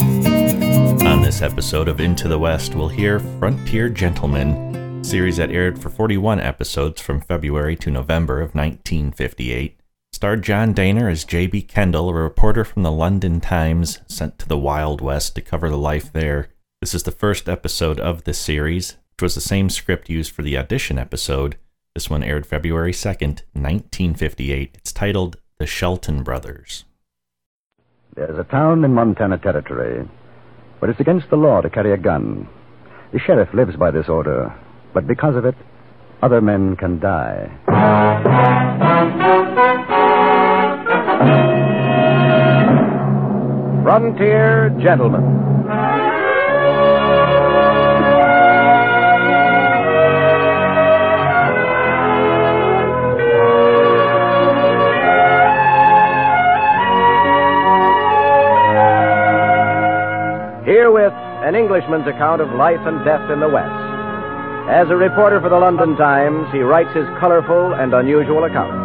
On this episode of Into the West, we'll hear Frontier Gentlemen, a series that aired for 41 episodes from February to November of 1958. Starred John Daner as J.B. Kendall, a reporter from the London Times sent to the Wild West to cover the life there. This is the first episode of this series, which was the same script used for the audition episode. This one aired February 2nd, 1958. It's titled The Shelton Brothers. There's a town in Montana Territory where it's against the law to carry a gun. The sheriff lives by this order, but because of it, other men can die. Frontier Gentlemen. Herewith, an Englishman's account of life and death in the West. As a reporter for the London Times, he writes his colorful and unusual accounts.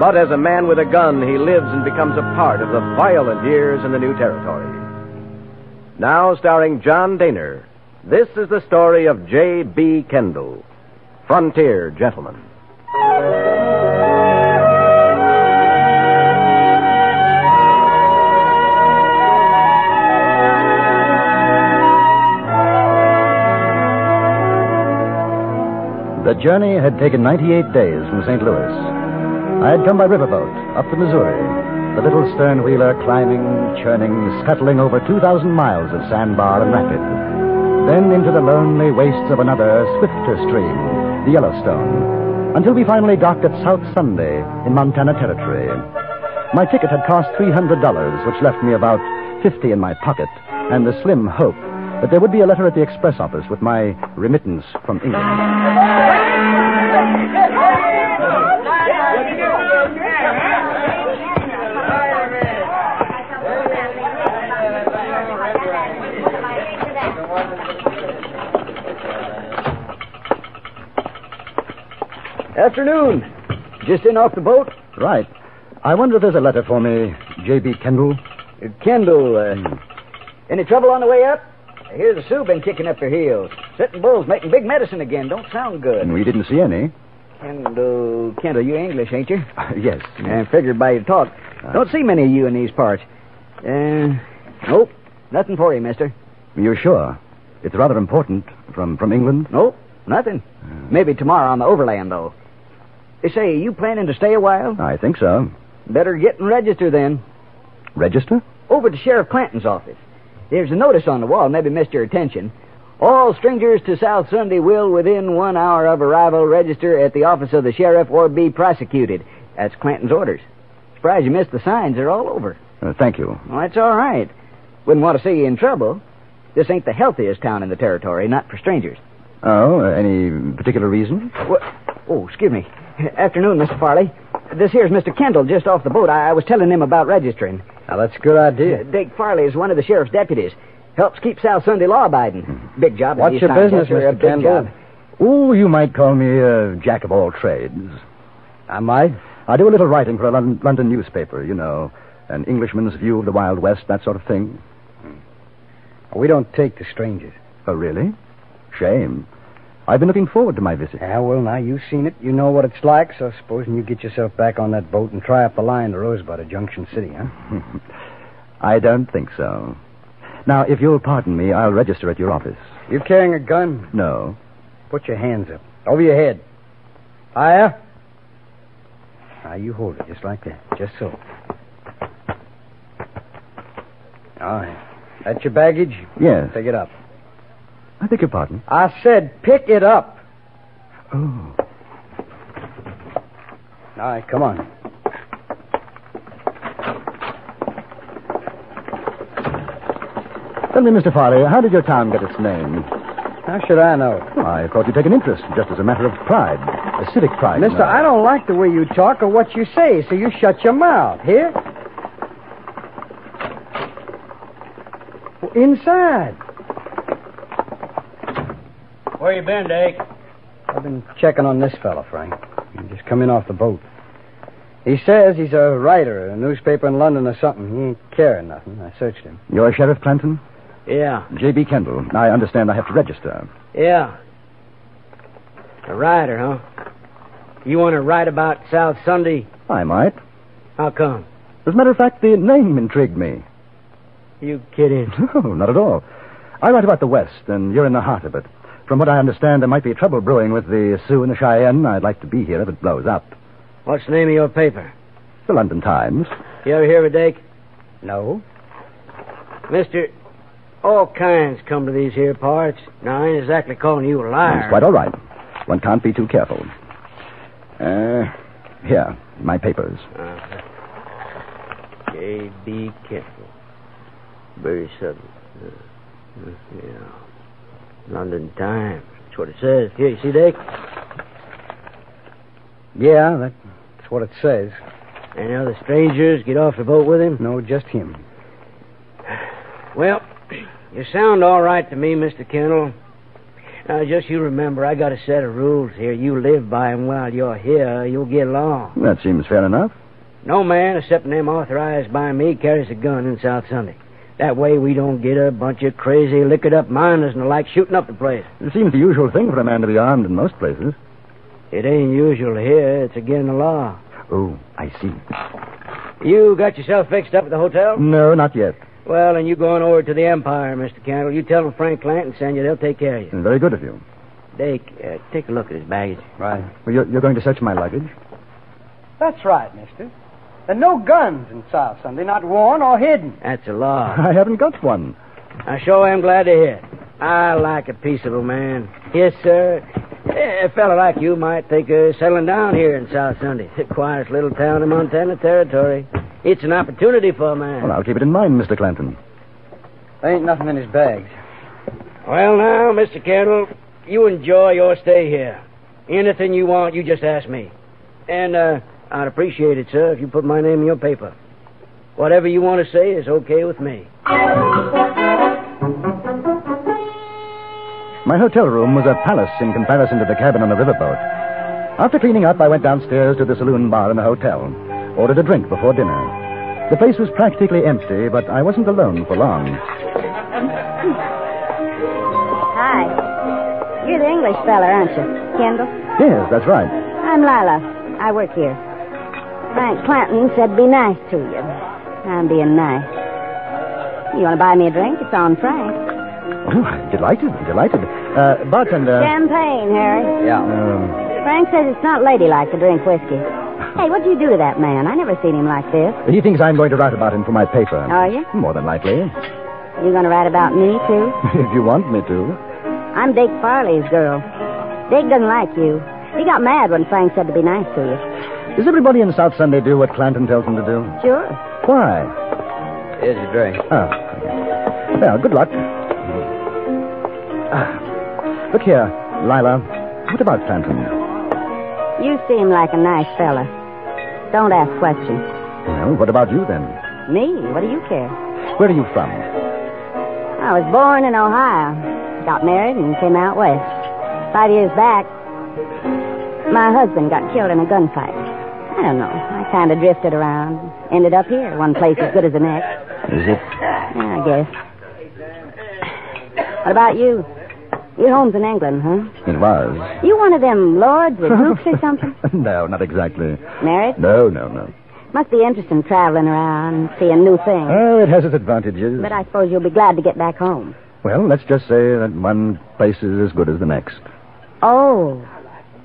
But as a man with a gun, he lives and becomes a part of the violent years in the new territory. Now, starring John Daner, this is the story of J.B. Kendall, Frontier Gentleman. The journey had taken 98 days from St. Louis. I had come by riverboat up the Missouri, the little stern wheeler climbing, churning, scuttling over 2,000 miles of sandbar and rapid, then into the lonely wastes of another, swifter stream, the Yellowstone, until we finally docked at South Sunday in Montana Territory. My ticket had cost $300, which left me about 50 in my pocket and the slim hope that there would be a letter at the express office with my remittance from England. Afternoon. Just in off the boat? Right. I wonder if there's a letter for me, J.B. Kendall. Kendall, uh, Any trouble on the way up? I hear the Sioux been kicking up their heels. Sitting Bull's making big medicine again. Don't sound and good. we didn't see any. Kendall, Kendall, you English, ain't you? Uh-huh. yes. I figured by your talk. Don't see many of you in these parts. Uh, nope. Nothing for you, mister. You're sure? It's rather important. From from England? Nope. Nothing. Maybe tomorrow on the overland, though. They say, you planning to stay a while? I think so. Better get and register then. Register? Over to Sheriff Clanton's office. There's a notice on the wall, maybe missed your attention. All strangers to South Sunday will, within one hour of arrival, register at the office of the sheriff or be prosecuted. That's Clanton's orders. Surprised you missed the signs. They're all over. Uh, thank you. Well, that's all right. Wouldn't want to see you in trouble. This ain't the healthiest town in the territory, not for strangers. Oh, uh, any particular reason? What? Oh, excuse me. Afternoon, Mr. Farley. This here's Mr. Kendall just off the boat. I, I was telling him about registering. Now, that's a good idea. Dick Farley is one of the sheriff's deputies. Helps keep South Sunday law abiding. Big job. Hmm. in What's these your times, business, that's a Mr. big Kendall? job. Oh, you might call me a jack of all trades. Am I? I do a little writing for a Lon- London newspaper, you know, an Englishman's view of the Wild West, that sort of thing. Hmm. We don't take the strangers. Oh, really? Shame. I've been looking forward to my visit. Ah, well, now you've seen it. You know what it's like, so supposing you get yourself back on that boat and try up the line to Rosebud or Junction City, huh? I don't think so. Now, if you'll pardon me, I'll register at your office. You carrying a gun? No. Put your hands up. Over your head. Higher. Now you hold it just like that. Just so. All right. That's your baggage? Yes. Pick it up. I beg your pardon. I said pick it up. Oh. All right, come on. Tell me, Mr. Farley, how did your town get its name? How should I know? I thought you'd take an interest, just as a matter of pride, a civic pride. Mister, now. I don't like the way you talk or what you say, so you shut your mouth. Here? Well, inside. Where you been, Dake? I've been checking on this fellow, Frank. He just come in off the boat. He says he's a writer, a newspaper in London or something. He ain't caring nothing. I searched him. You're Sheriff Clanton? Yeah, J.B. Kendall. I understand I have to register. yeah. A rider, huh? You want to write about South Sunday? I might. How come? As a matter of fact, the name intrigued me. You kidding? No, not at all. I write about the West, and you're in the heart of it. From what I understand, there might be trouble brewing with the Sioux and the Cheyenne. I'd like to be here if it blows up. What's the name of your paper? The London Times. You ever hear of Dake? No? Mister, all kinds come to these here parts. Now, I ain't exactly calling you a It's liar. quite all right. One can't be too careful. Uh, here, my papers. Uh-huh. J.B. Kettle. Very sudden. Uh, uh, yeah. London Times. That's what it says. Here, you see, Dick? Yeah, that- that's what it says. Any other strangers get off the boat with him? No, just him. Well, you sound all right to me, Mr. Kendall. Now, just you remember, I got a set of rules here. You live by 'em while you're here, you'll get along. That seems fair enough. No man, except them authorized by me, carries a gun in South Sunday. That way, we don't get a bunch of crazy, liquored up miners and the like shooting up the place. It seems the usual thing for a man to be armed in most places. It ain't usual here. It's again the law. Oh, I see. You got yourself fixed up at the hotel? No, not yet. Well, then you go on over to the Empire, Mr. Candle. You tell them Frank Clanton sent you. They'll take care of you. Very good of you. Dake, uh, take a look at his baggage. Right. Well, you're, you're going to search my luggage? That's right, mister. There are no guns in South Sunday, not worn or hidden. That's a law. I haven't got one. I sure am glad to hear it. I like a peaceable man. Yes, sir. Eh, A fella like you might think of settling down here in South Sunday, the quietest little town in Montana Territory. It's an opportunity for a man. Well, I'll keep it in mind, Mr. Clanton. There ain't nothing in his bags. Well, now, Mr. Kendall, you enjoy your stay here. Anything you want, you just ask me. And uh, I'd appreciate it, sir, if you put my name in your paper. Whatever you want to say is okay with me. My hotel room was a palace in comparison to the cabin on the riverboat. After cleaning up, I went downstairs to the saloon bar in the hotel, ordered a drink before dinner. The place was practically empty, but I wasn't alone for long. Hi. You're the English fella, aren't you? Kendall? Yes, that's right. I'm Lila. I work here. Frank Clanton said be nice to you. I'm being nice. You want to buy me a drink? It's on Frank. Oh, I'm delighted, delighted. Uh, bartender. Champagne, Harry. Yeah. Um, Frank says it's not ladylike to drink whiskey. Hey, what'd you do to that man? I never seen him like this. he thinks I'm going to write about him for my paper. Are you? More than likely. You gonna write about me, too? if you want me to. I'm Dick Farley's girl. Dick doesn't like you. He got mad when Frank said to be nice to you. Does everybody in South Sunday do what Clanton tells them to do? Sure. Why? Here's a drink. Oh. Well, good luck. Ah. Look here, Lila. What about Clanton? You seem like a nice fella. Don't ask questions. Well, what about you then? Me? What do you care? Where are you from? I was born in Ohio. Got married and came out west. Five years back, my husband got killed in a gunfight. I don't know. I kind of drifted around. Ended up here, one place as good as the next. Is it? Yeah, I guess. What about you? Your home's in England, huh? It was. You one of them lords with hoops or something? no, not exactly. Married? No, no, no. Must be interesting traveling around, seeing new things. Oh, it has its advantages. But I suppose you'll be glad to get back home. Well, let's just say that one place is as good as the next, Oh,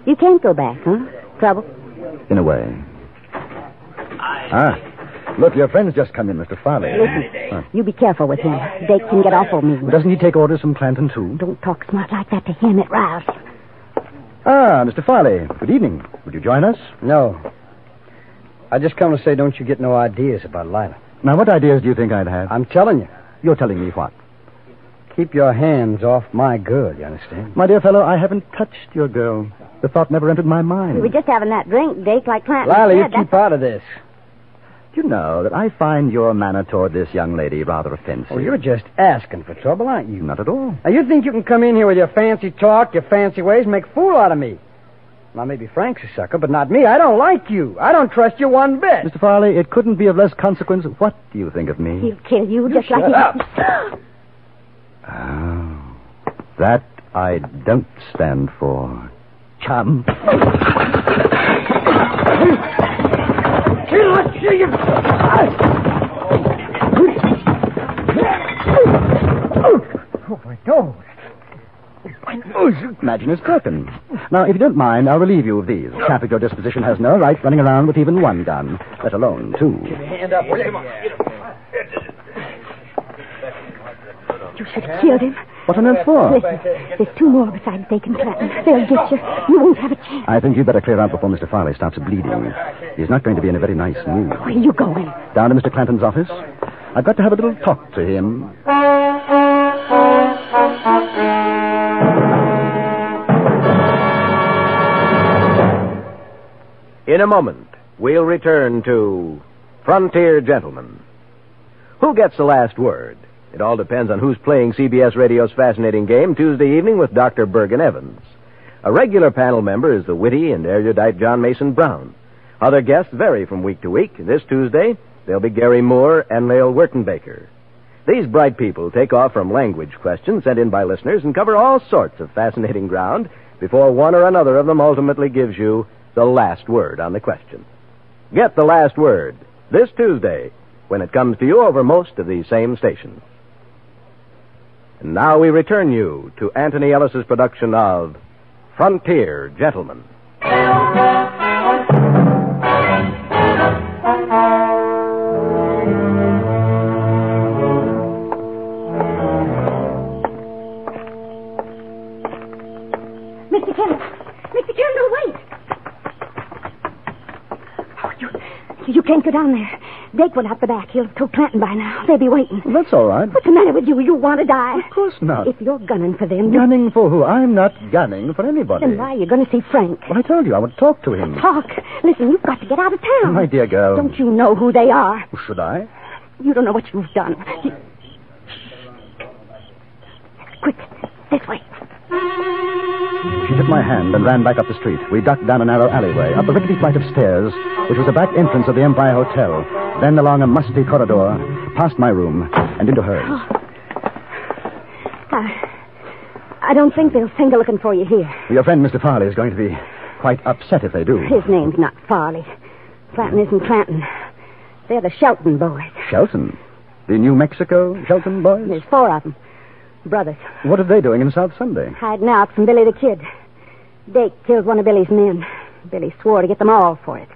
you can't go back, huh? Trouble? in a way. Ah, look, your friend's just come in, Mr. Farley. Listen, Huh. you be careful with him. Dake can get awful mean. Doesn't he take orders from Clanton, too? Don't talk smart like that to him. It riles him. Uh, Ah, Mr. Farley, good evening. Would you join us? No. I just come to say, don't you get no ideas about Lila. Now, what ideas do you think I'd have? I'm telling you, You're telling me what? keep your hands off my girl, you understand? My dear fellow, I haven't touched your girl. The thought never entered my mind. We were just having that drink, Dick, like Clanton Lila, you said. keep out of this. You know that I find your manner toward this young lady rather offensive. Oh, you're just asking for trouble, aren't you? Not at all. Now, you think you can come in here with your fancy talk, your fancy ways, and make a fool out of me? Now, maybe Frank's a sucker, but not me. I don't like you. I don't trust you one bit. Mr. Farley, it couldn't be of less consequence. What do you think of me? He'll kill you, just like shut he- up. Oh, that I don't stand for. Chum. Oh, my nose. Imagine it's broken. Now, if you don't mind, I'll relieve you of these. A chap of your disposition has no right running around with even one gun, let alone two. Hand up, will you? You should have killed him. What on earth for? Listen, there's two more besides Dick and Clanton. They'll get you. You won't have a chance. I think you'd better clear out before Mr. Farley starts bleeding. He's not going to be in a very nice mood. Where are you going? Down to Mr. Clanton's office. I've got to have a little talk to him. In a moment, we'll return to Frontier Gentlemen. Who gets the last word? It all depends on who's playing CBS Radio's fascinating game Tuesday evening with Dr. Bergen Evans. A regular panel member is the witty and erudite John Mason Brown. Other guests vary from week to week. This Tuesday, they'll be Gary Moore and Lael Wertenbaker. These bright people take off from language questions sent in by listeners and cover all sorts of fascinating ground before one or another of them ultimately gives you the last word on the question. Get the last word this Tuesday when it comes to you over most of these same stations. And now we return you to Anthony Ellis's production of Frontier Gentlemen. Mr. Kendall. Mr. Kendall, wait. Oh, you, you can't go down there. Dick went out the back. He'll have told Clanton by now. They'll be waiting. That's all right. What's the matter with you? You want to die? Of course not. If you're gunning for them, you- Gunning for who? I'm not gunning for anybody. then why are you going to see Frank? Well, I told you I would talk to him. Talk. Listen, you've got to get out of town. My dear girl. Don't you know who they are? Should I? You don't know what you've done. You... Quick, this way. She took my hand and ran back up the street. We ducked down a narrow alleyway, up a rickety flight of stairs, which was the back entrance of the Empire Hotel, then along a musty corridor, past my room, and into hers. I, uh, I don't think they'll think of looking for you here. Your friend, Mr. Farley, is going to be quite upset if they do. His name's not Farley. Clanton isn't Clanton. They're the Shelton boys. Shelton. The New Mexico Shelton boys? There's four of them. Brothers. What are they doing in South Sunday? Hiding out from Billy the Kid. Dake killed one of Billy's men. Billy swore to get them all for it.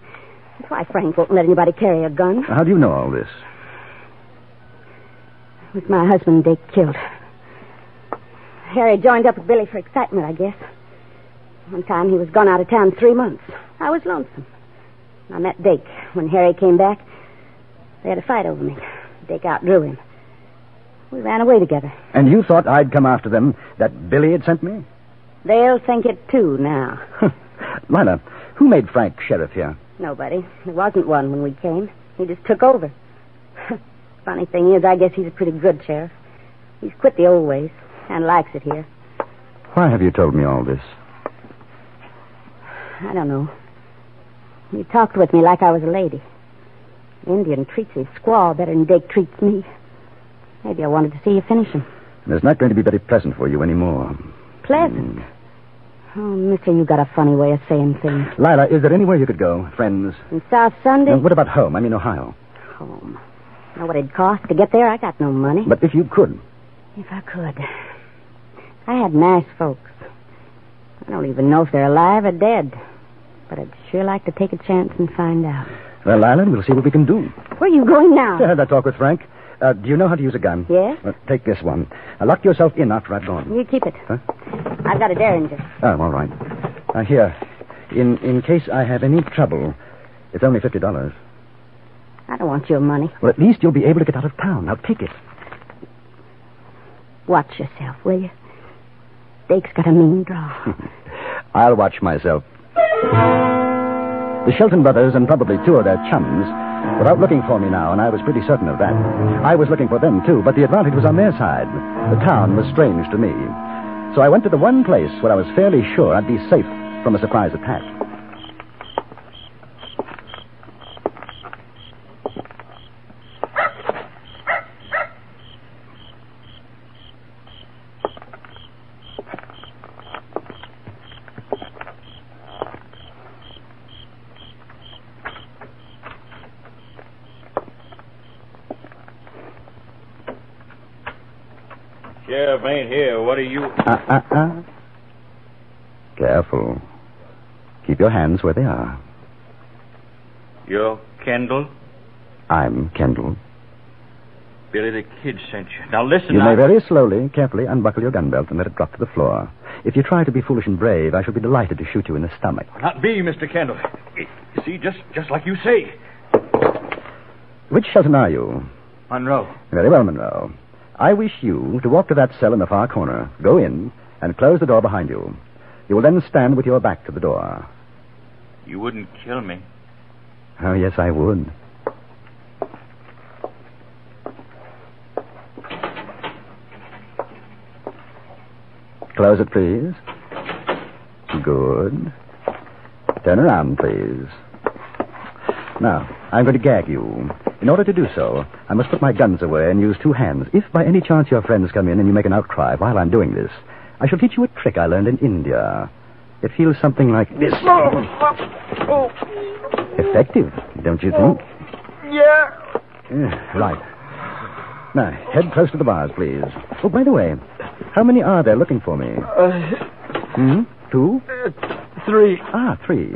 That's why Frank won't let anybody carry a gun. How do you know all this? It was my husband Dake killed. Harry joined up with Billy for excitement, I guess. One time he was gone out of town three months. I was lonesome. I met Dake. When Harry came back, they had a fight over me. Dake outdrew him. We ran away together. And you thought I'd come after them that Billy had sent me? They'll think it too now. Lila, who made Frank sheriff here? Nobody. There wasn't one when we came. He just took over. Funny thing is, I guess he's a pretty good sheriff. He's quit the old ways and likes it here. Why have you told me all this? I don't know. You talked with me like I was a lady. An Indian treats his squaw better than Dick treats me. Maybe I wanted to see you finish him. And it's not going to be very pleasant for you anymore. Pleasant. Oh, mister, you got a funny way of saying things. Lila, is there anywhere you could go? Friends? And South Sunday, And what about home? I mean, Ohio. home. Know what it'd cost to get there? I got no money. But if you could, If I could. I had nice folks. I don't even know if they're alive or dead. But I'd sure like to take a chance and find out. well, Lila, we'll see what we can do. Where are you going I now? had that talk with Frank. Uh, do you know how to use a gun? Ah. Yes? Uh, take this one. Uh, lock yourself in after I've gone. You keep it. Huh? I've got a derringer. Oh, all right. Uh, here, in in case I have any trouble, It's only $50. I don't want your money. Well, at least you'll be able to get out of town. Now take it. Watch yourself, will you? Dake's got a mean draw. I'll watch myself. The Shelton brothers and probably two of their chums were out looking for me now, and I was pretty certain of that. I was looking for them, too, but the advantage was on their side. The town was strange to me. So I went to the one place where I was fairly sure I'd be safe from a surprise attack. Sheriff ain't here. What are you? Uh, uh, uh. Careful. Keep your hands where they are. You're Kendall? I'm Kendall. Billy the Kid sent you. Now listen. You I... may very slowly, carefully unbuckle your gun belt and let it drop to the floor. If you try to be foolish and brave, I shall be delighted to shoot you in the stomach. Not me, Mr. Kendall. You see, just just like you say. Which Shelton are you? Monroe. Very well, Monroe. I wish you to walk to that cell in the far corner, go in, and close the door behind you. You will then stand with your back to the door. You wouldn't kill me. Oh, yes, I would. Close it, please. Good. Turn around, please. Now, I'm going to gag you. In order to do so, I must put my guns away and use two hands. If by any chance your friends come in and you make an outcry while I'm doing this, I shall teach you a trick I learned in India. It feels something like this. Effective, don't you think? Yeah. Yeah, right. Now, head close to the bars, please. Oh, by the way, how many are there looking for me? Hmm? Two? Uh, Three. Ah, three.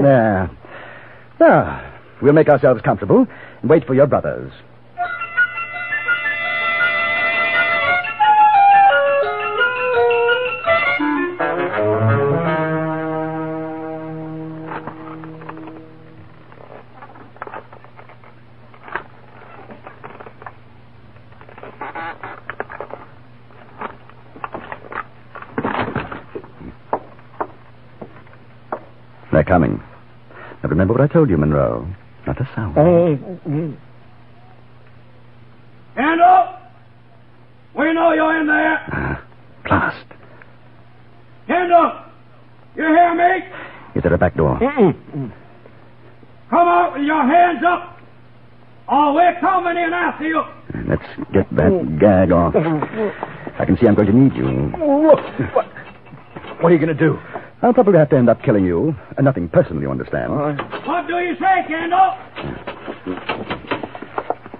There. Now, we'll make ourselves comfortable and wait for your brothers. They're coming. Now remember what I told you, Monroe. Not a sound. Oh, Kendall! We know you're in there. Ah, blast. Kendall! You hear me? Is there a back door? Come out with your hands up, or we're coming in after you. Let's get Mm. that gag off. I can see I'm going to need you. What are you going to do? I'll probably have to end up killing you. And nothing personal, you understand. What do you say, Kendall?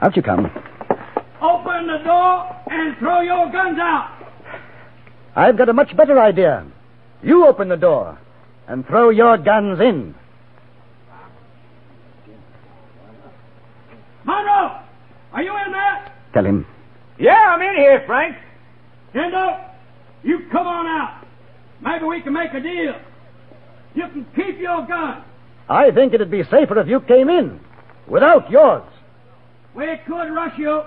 Out you come. Open the door and throw your guns out. I've got a much better idea. You open the door and throw your guns in. Monroe, are you in there? Tell him. Yeah, I'm in here, Frank. Kendall, you come on out. Maybe we can make a deal. You can keep your gun. I think it'd be safer if you came in without yours. We could rush you.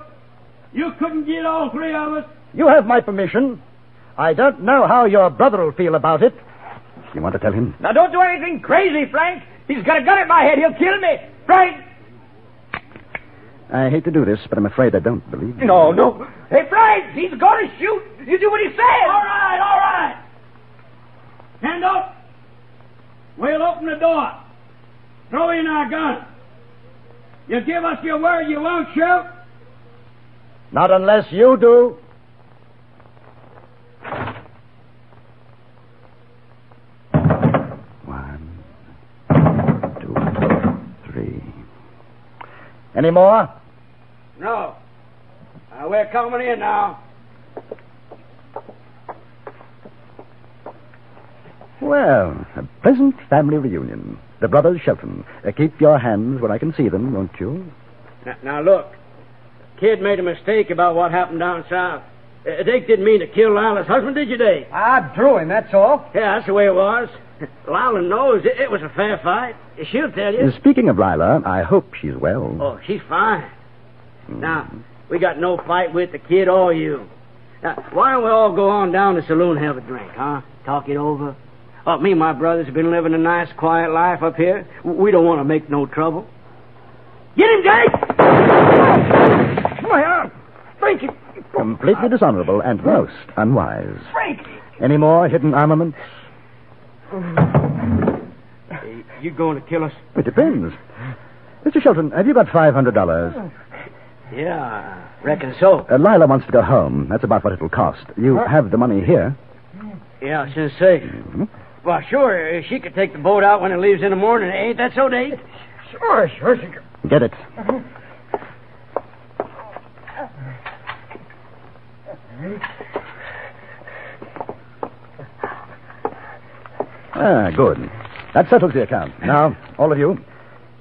You couldn't get all three of us. You have my permission. I don't know how your brother will feel about it. You want to tell him? Now, don't do anything crazy, Frank. He's got a gun at my head. He'll kill me. Frank! I hate to do this, but I'm afraid I don't believe you. No, no. Hey, Frank, he's going to shoot. You do what he says. All right, all right. Hand up. We'll open the door. Throw in our gun. You give us your word you won't shoot. Not unless you do. One, two, three. Any more? No. Uh, we're coming in now. Well, a pleasant family reunion. The brothers Shelton. Uh, keep your hands where I can see them, won't you? Now, now look, kid made a mistake about what happened down south. Uh, Dake didn't mean to kill Lila's husband, did you, Dake? I drew him, that's all. Yeah, that's the way it was. Lila knows it, it was a fair fight. She'll tell you. And Speaking of Lila, I hope she's well. Oh, she's fine. Now, we got no fight with the kid or you. Now, why don't we all go on down to the saloon and have a drink, huh? Talk it over. Oh, me and my brothers have been living a nice, quiet life up here. We don't want to make no trouble. Get him, Jake! My arm! Frankie! Completely dishonorable and most unwise. Frankie! Any more hidden armaments? You going to kill us? It depends. Mr. Shelton, have you got $500? Yeah, reckon so. Uh, Lila wants to go home. That's about what it'll cost. You have the money here. Yeah, she's safe. Well, sure, if she could take the boat out when it leaves in the morning. eh? Ain't that so, Dave? Sure, sure, she can. Get it. Ah, good. That settles the account. Now, all of you,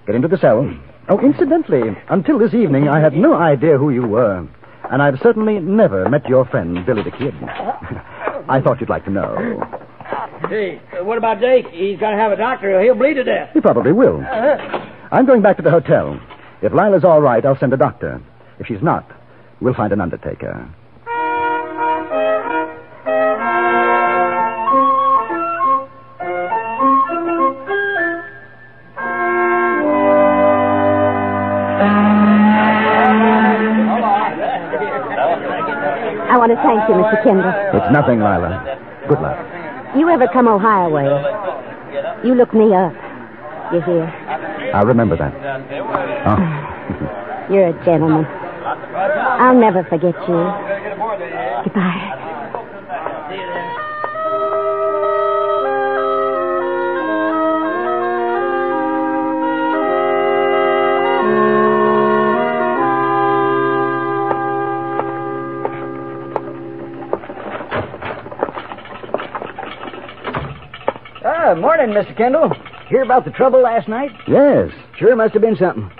get into the cell. Oh, incidentally, until this evening, I had no idea who you were. And I've certainly never met your friend, Billy the Kid. I thought you'd like to know. Hey, uh, what about Jake? He's got to have a doctor or he'll bleed to death. He probably will. Uh-huh. I'm going back to the hotel. If Lila's all right, I'll send a doctor. If she's not, we'll find an undertaker. I want to thank you, Mr. Kendall. It's nothing, Lila. Good luck. You ever come Ohio way? You look me up. You hear? I'll remember that. Oh. You're a gentleman. I'll never forget you. Goodbye. Ah, morning, Mr. Kendall. Hear about the trouble last night? yes, Sure must have been something.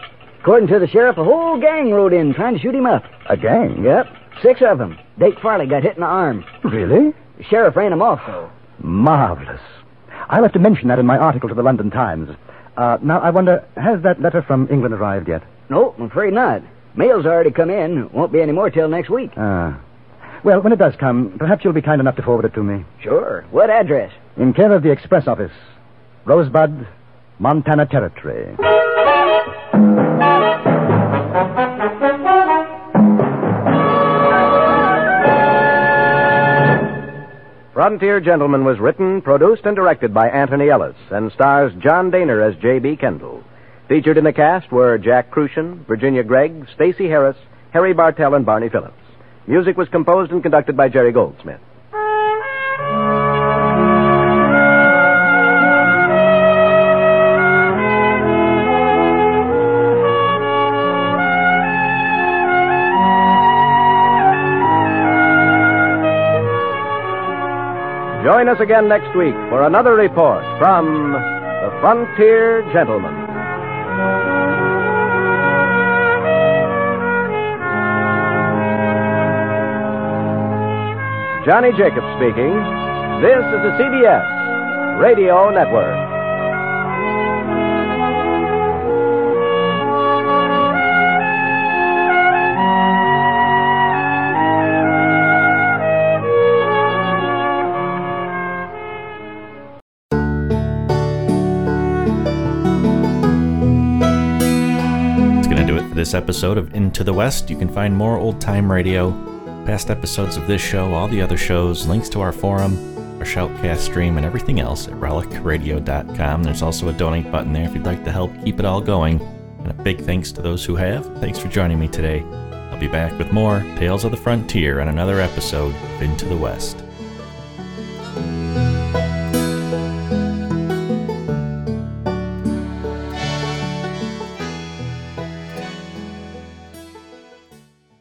According to the sheriff, a whole gang rode in trying to shoot him up. a gang. Yep, six of them. Dake Farley got hit in the arm. Really? The sheriff ran him off, though. Marvelous. I'll have to mention that in my article to the London Times. Uh, now, I wonder, has that letter from England arrived yet? Nope, I'm afraid not. Mail's already come in. Won't be any more till next week. Ah. Well, when it does come, perhaps you'll be kind enough to forward it to me. Sure. What address? In care of the express office, Rosebud, Montana Territory. Frontier Gentleman was written, produced, and directed by Anthony Ellis and stars John Daner as J.B. Kendall. Featured in the cast were Jack Crucian, Virginia Gregg, Stacy Harris, Harry Bartell, and Barney Phillips. Music was composed and conducted by Jerry Goldsmith. Join us again next week for another report from the Frontier Gentleman. Johnny Jacobs speaking. This is the CBS Radio Network. That's going to do it for this episode of Into the West. You can find more old time radio, past episodes of this show, all the other shows, links to our forum, our shoutcast stream, and everything else at relicradio.com. There's also a donate button there if you'd like to help keep it all going. And a big thanks to those who have. Thanks for joining me today. I'll be back with more Tales of the Frontier and another episode of Into the West.